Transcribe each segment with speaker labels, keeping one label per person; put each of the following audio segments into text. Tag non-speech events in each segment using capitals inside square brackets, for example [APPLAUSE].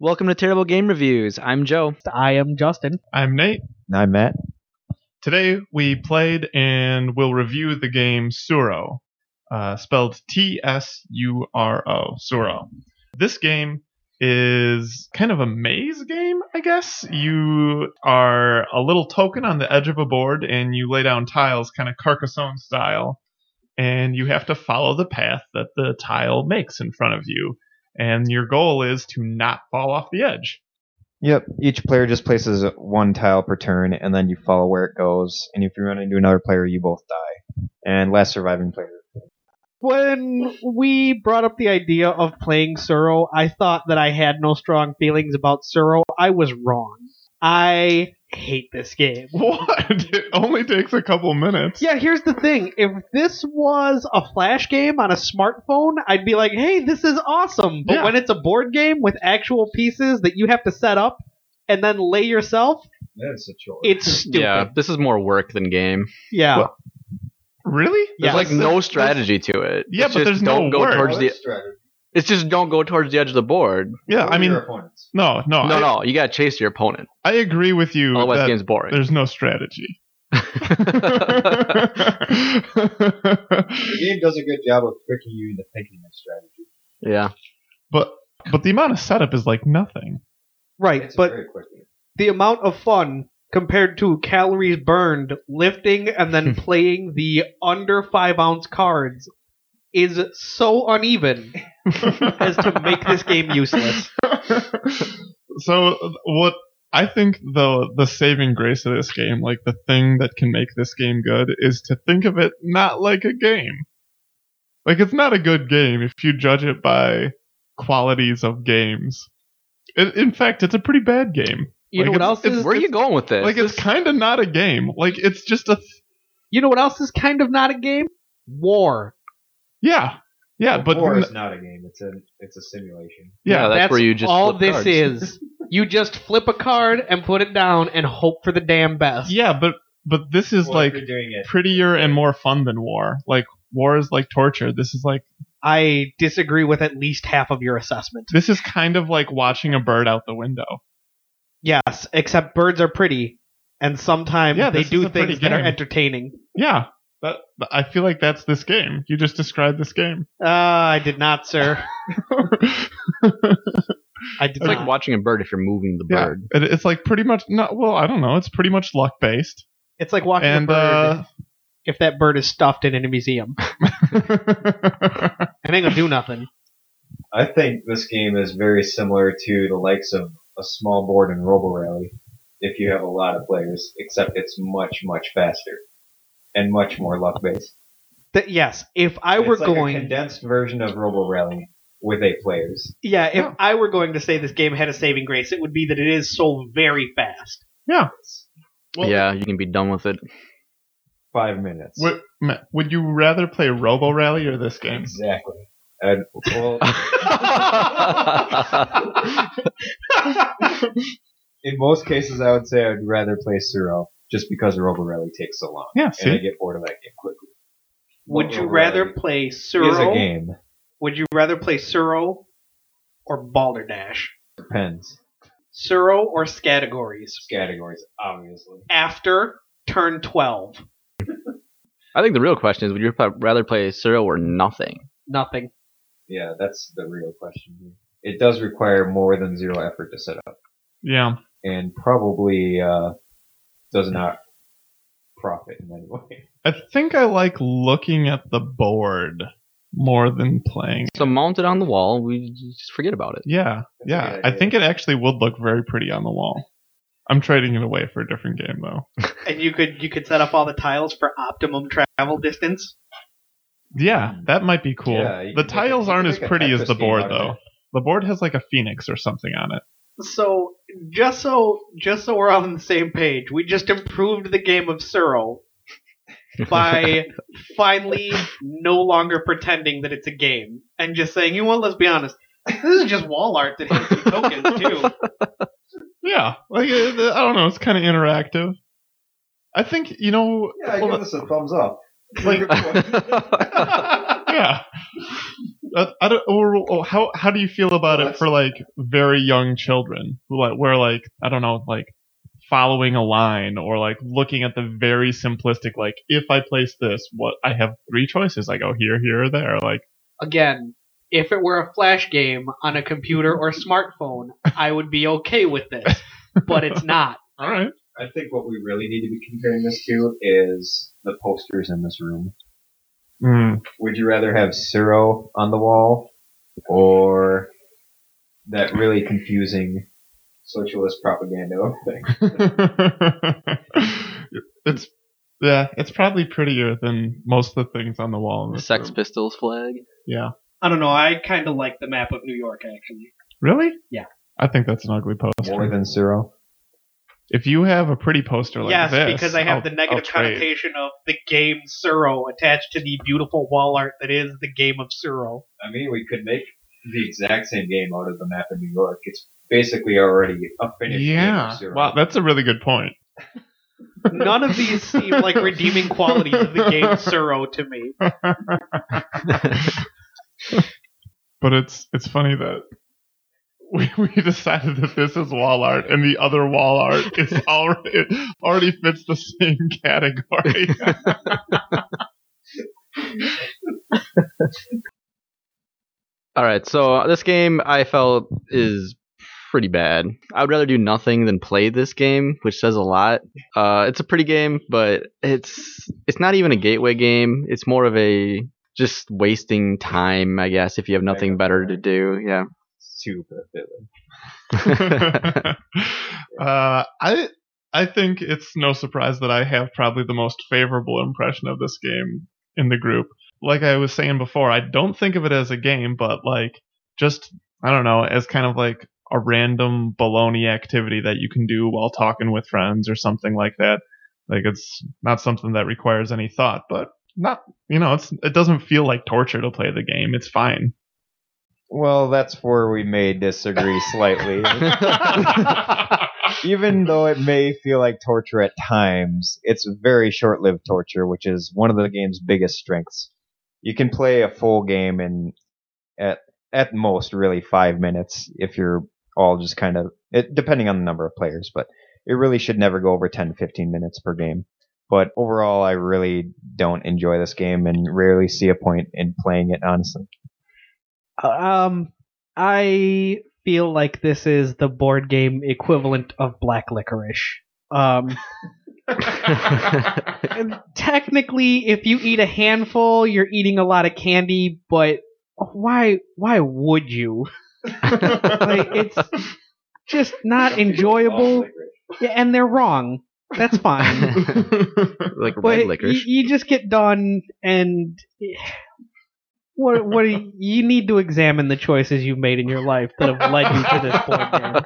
Speaker 1: Welcome to Terrible Game Reviews. I'm Joe.
Speaker 2: I am Justin.
Speaker 3: I'm Nate.
Speaker 4: And I'm Matt.
Speaker 3: Today we played and will review the game Suro, uh, spelled T S U R O, Suro. This game is kind of a maze game, I guess. You are a little token on the edge of a board and you lay down tiles, kind of Carcassonne style, and you have to follow the path that the tile makes in front of you. And your goal is to not fall off the edge.
Speaker 4: Yep. Each player just places one tile per turn, and then you follow where it goes. And if you run into another player, you both die. And last surviving player.
Speaker 2: When we brought up the idea of playing Suro, I thought that I had no strong feelings about Suro. I was wrong. I hate this game.
Speaker 3: [LAUGHS] What? It only takes a couple minutes.
Speaker 2: Yeah, here's the thing. If this was a flash game on a smartphone, I'd be like, hey, this is awesome. But
Speaker 3: Yeah.
Speaker 2: when it's a board game with actual pieces that you have to set up and then lay yourself,
Speaker 4: That is a chore.
Speaker 2: it's stupid.
Speaker 1: Yeah,
Speaker 2: Yeah.
Speaker 1: this is more work than game.
Speaker 3: Well, Really?
Speaker 1: There's
Speaker 2: Yeah.
Speaker 1: like
Speaker 3: That's-
Speaker 1: no
Speaker 3: that's-
Speaker 1: strategy to it.
Speaker 3: Yeah,
Speaker 1: It's
Speaker 3: but
Speaker 1: just
Speaker 3: there's no
Speaker 1: don't go
Speaker 3: work.
Speaker 1: towards the. It's just don't go towards the edge of the board.
Speaker 3: Yeah, I mean, no, no,
Speaker 1: no,
Speaker 3: Oh, I,
Speaker 1: no, you gotta chase your opponent.
Speaker 3: I agree with you.
Speaker 1: Otherwise, the
Speaker 3: that
Speaker 1: game's boring.
Speaker 3: there's no strategy. [LAUGHS]
Speaker 4: The game does a good job of tricking you into thinking of strategy.
Speaker 1: [LAUGHS] yeah,
Speaker 3: but but the amount of setup is like nothing.
Speaker 2: right. But the amount of fun compared to calories burned lifting and then playing the under five ounce cards is so uneven as to make this game useless.
Speaker 3: so what I think the the saving grace of this game, like the thing that can make this game good, is to think of it not like a game. Like it's not a good game if you judge it by qualities of games. In in fact, it's a pretty bad game.
Speaker 2: You know
Speaker 3: Like,
Speaker 2: what
Speaker 3: it's-
Speaker 2: else
Speaker 3: it's-
Speaker 2: is
Speaker 1: where are you going with this?
Speaker 3: Like it's kind of not a game. Like it's just a th-
Speaker 2: you know what else is kind of not a game? War.
Speaker 3: yeah, yeah. But
Speaker 4: war
Speaker 3: n-
Speaker 4: is not a game. It's a it's a simulation.
Speaker 1: yeah,
Speaker 3: yeah,
Speaker 1: that's, where you just
Speaker 2: all
Speaker 1: flip
Speaker 2: this
Speaker 1: cards.
Speaker 2: is. You just flip a card and put it down and hope for the damn best.
Speaker 3: yeah. But but this is
Speaker 4: Well,
Speaker 3: like
Speaker 4: if you're doing it.
Speaker 3: prettier and more fun than war. Like war is like torture. This is like
Speaker 2: I disagree with at least half of your assessment.
Speaker 3: this is kind of like watching a bird out the window.
Speaker 2: Yes, except birds are pretty, and sometimes
Speaker 3: Yeah,
Speaker 2: they
Speaker 3: this is
Speaker 2: do
Speaker 3: a pretty
Speaker 2: things that are
Speaker 3: game.
Speaker 2: entertaining.
Speaker 3: Yeah, that, I feel like that's this game. You just described this game.
Speaker 2: Uh, I did
Speaker 3: [LAUGHS]
Speaker 2: not, sir. I did
Speaker 1: It's
Speaker 2: not.
Speaker 1: like watching a bird if you're moving the
Speaker 3: uh, Yeah.
Speaker 1: bird.
Speaker 3: It, it's like pretty much not. Well, I don't know. It's pretty much luck based.
Speaker 2: it's like watching
Speaker 3: And
Speaker 2: a bird
Speaker 3: uh,
Speaker 2: if that bird is stuffed in a
Speaker 3: [LAUGHS]
Speaker 2: museum. It ain't gonna do nothing.
Speaker 4: I think this game is very similar to the likes of a small board in Robo Rally. If you have a lot of players, except it's much much faster and much more luck based.
Speaker 2: Th- yes, if I were
Speaker 4: it's like
Speaker 2: going,
Speaker 4: a condensed version of Robo Rally with eight players.
Speaker 2: yeah, if
Speaker 3: Yeah.
Speaker 2: I were going to say this game had a saving grace, it would be that it is so very fast.
Speaker 3: well,
Speaker 1: yeah, you can be done with it. [LAUGHS]
Speaker 4: Five minutes.
Speaker 3: Would, Ma- would you rather play Robo Rally or this game?
Speaker 4: Exactly. And, well, in most cases, I would say I'd rather play Suro just because Robo Rally takes so long,
Speaker 3: Yeah,
Speaker 4: and I
Speaker 3: see,
Speaker 4: get bored of that game quickly.
Speaker 2: Would
Speaker 4: Robo
Speaker 2: you rather
Speaker 4: Rally
Speaker 2: play
Speaker 4: Is a
Speaker 2: Suro?
Speaker 4: game.
Speaker 2: Would you rather play Suro or Balderdash?
Speaker 4: Depends.
Speaker 2: Suro or Scatagories?
Speaker 4: Categories, obviously.
Speaker 2: After turn twelve,
Speaker 1: I think the real question is: Would you pro- rather play Cyril or nothing?
Speaker 2: nothing.
Speaker 4: Yeah, that's the real question. here. It does require more than zero effort to set up,
Speaker 3: yeah.
Speaker 4: and probably uh, does not profit in any way.
Speaker 3: I think I like looking at the board more than playing.
Speaker 1: So mount it on the wall. We just forget about it.
Speaker 3: Yeah,
Speaker 4: That's a
Speaker 3: yeah.
Speaker 4: good
Speaker 3: I
Speaker 4: idea.
Speaker 3: think it actually would look very pretty on the wall. I'm trading it away for a different game though.
Speaker 2: and you could you could set up all the tiles for optimum travel distance.
Speaker 3: Yeah, that might be cool.
Speaker 4: Hmm. Yeah, you
Speaker 3: the
Speaker 4: can make
Speaker 3: tiles
Speaker 4: a- you can
Speaker 3: aren't as
Speaker 4: make a
Speaker 3: pretty as
Speaker 4: Tetris
Speaker 3: the
Speaker 4: game
Speaker 3: board
Speaker 4: out of
Speaker 3: though. The board has like a phoenix or something on it.
Speaker 2: So just so just so we're all on the same page, we just improved the game of Suro
Speaker 1: [LAUGHS]
Speaker 2: by finally no longer pretending that it's a game and just saying, you know what, let's be honest. This is just wall art that has some tokens too.
Speaker 3: Yeah, like it- I don't know. It's kind of interactive. I think you know.
Speaker 4: Yeah, I [LAUGHS]
Speaker 3: well, [LAUGHS]
Speaker 4: give this a thumbs up.
Speaker 3: Like- yeah. uh, I don't, or, or how how do you feel about it for like very young children who like where like I don't know like following a line or like looking at the very simplistic like if I place this what I have three choices I go here here or there like
Speaker 2: Again, if it were a flash game on a computer or smartphone, I would be okay with this, but it's not.
Speaker 3: all right
Speaker 4: [LAUGHS] I think what we really need to be comparing this to is the posters in this room.
Speaker 3: Mm.
Speaker 4: Would you rather have Ciro on the wall or that really confusing socialist propaganda thing?
Speaker 3: [LAUGHS] it's yeah it's probably prettier than most of the things on the wall in
Speaker 1: The
Speaker 3: this
Speaker 1: Sex
Speaker 3: room.
Speaker 1: Pistols flag.
Speaker 3: yeah
Speaker 2: I don't know. I kind of like the map of New York actually.
Speaker 3: really
Speaker 2: Yeah.
Speaker 3: I think that's an ugly
Speaker 4: More
Speaker 3: poster
Speaker 4: than Ciro?
Speaker 3: if you have a pretty poster like
Speaker 2: yes,
Speaker 3: this
Speaker 2: because I have
Speaker 3: I'll-
Speaker 2: the
Speaker 3: I'll
Speaker 2: negative
Speaker 3: trade.
Speaker 2: connotation of the game Suro attached to the beautiful wall art that is the game of Suro.
Speaker 4: I mean, we could make the exact same game out of the map in New York. It's basically already a finished game
Speaker 3: Yeah.
Speaker 4: of Ciro.
Speaker 3: Wow, that's a really good point.
Speaker 2: None of these seem like redeeming qualities of the game Suro to me.
Speaker 3: But it's it's funny that [LAUGHS] we, we decided that this is wall art and the other wall art is already it already fits the same category.
Speaker 1: All right, so uh, this game I felt is pretty bad. I would rather do nothing than play this game, which says a lot. Uh, it's a pretty game, but it's it's not even a gateway game. It's more of a just wasting time, I guess, if you have nothing better to do. Yeah. [LAUGHS]
Speaker 4: Super villain.
Speaker 3: [LAUGHS] uh, I I think it's no surprise that I have probably the most favorable impression of this game in the group. Like I was saying before, I don't think of it as a game, but like just I don't know, as kind of like a random baloney activity that you can do while talking with friends or something like that. Like it's not something that requires any thought, but not you know, it's it doesn't feel like torture to play the game. It's fine.
Speaker 5: Well, that's where we may disagree slightly. Even though it may feel like torture at times, it's very short lived torture, which is one of the game's biggest strengths. You can play a full game in at at most really five minutes if you're all just kind of it, depending on the number of players, but it really should never go over 10 15 minutes per game. But overall, I really don't enjoy this game and rarely see a point in playing it, honestly.
Speaker 2: Um, I feel like this is the board game equivalent of Black Licorice. Um, [LAUGHS] and technically, if you eat a handful, you're eating a lot of candy, but why? Why would you? Like, it's [LAUGHS] just not enjoyable. Yeah, and they're wrong. That's fine.
Speaker 1: like [LAUGHS] red
Speaker 2: But
Speaker 1: licorice.
Speaker 2: You, you just get done, and what what do you, you need to examine the choices you've made in your life that have led you to this point. Dan.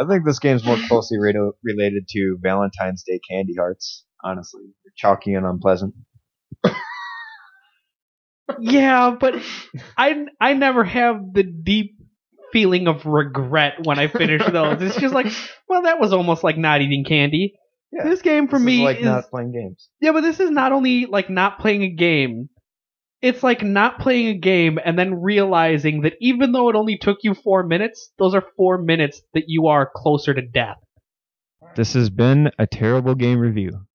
Speaker 5: I think this game's more closely re- related to Valentine's Day candy hearts. Honestly, They're chalky and unpleasant.
Speaker 2: Yeah, but [LAUGHS] I I never have the deep feeling of regret when I
Speaker 5: [LAUGHS]
Speaker 2: finish those. It's just like, well, that was almost like not eating candy.
Speaker 5: Yeah,
Speaker 2: this game for
Speaker 5: This is
Speaker 2: me
Speaker 5: like
Speaker 2: is
Speaker 5: not playing games.
Speaker 2: Yeah, but this is not only like not playing a game. It's like not playing a game and then realizing that even though it only took you four minutes, those are four minutes that you are closer to death.
Speaker 5: This has been a terrible game review.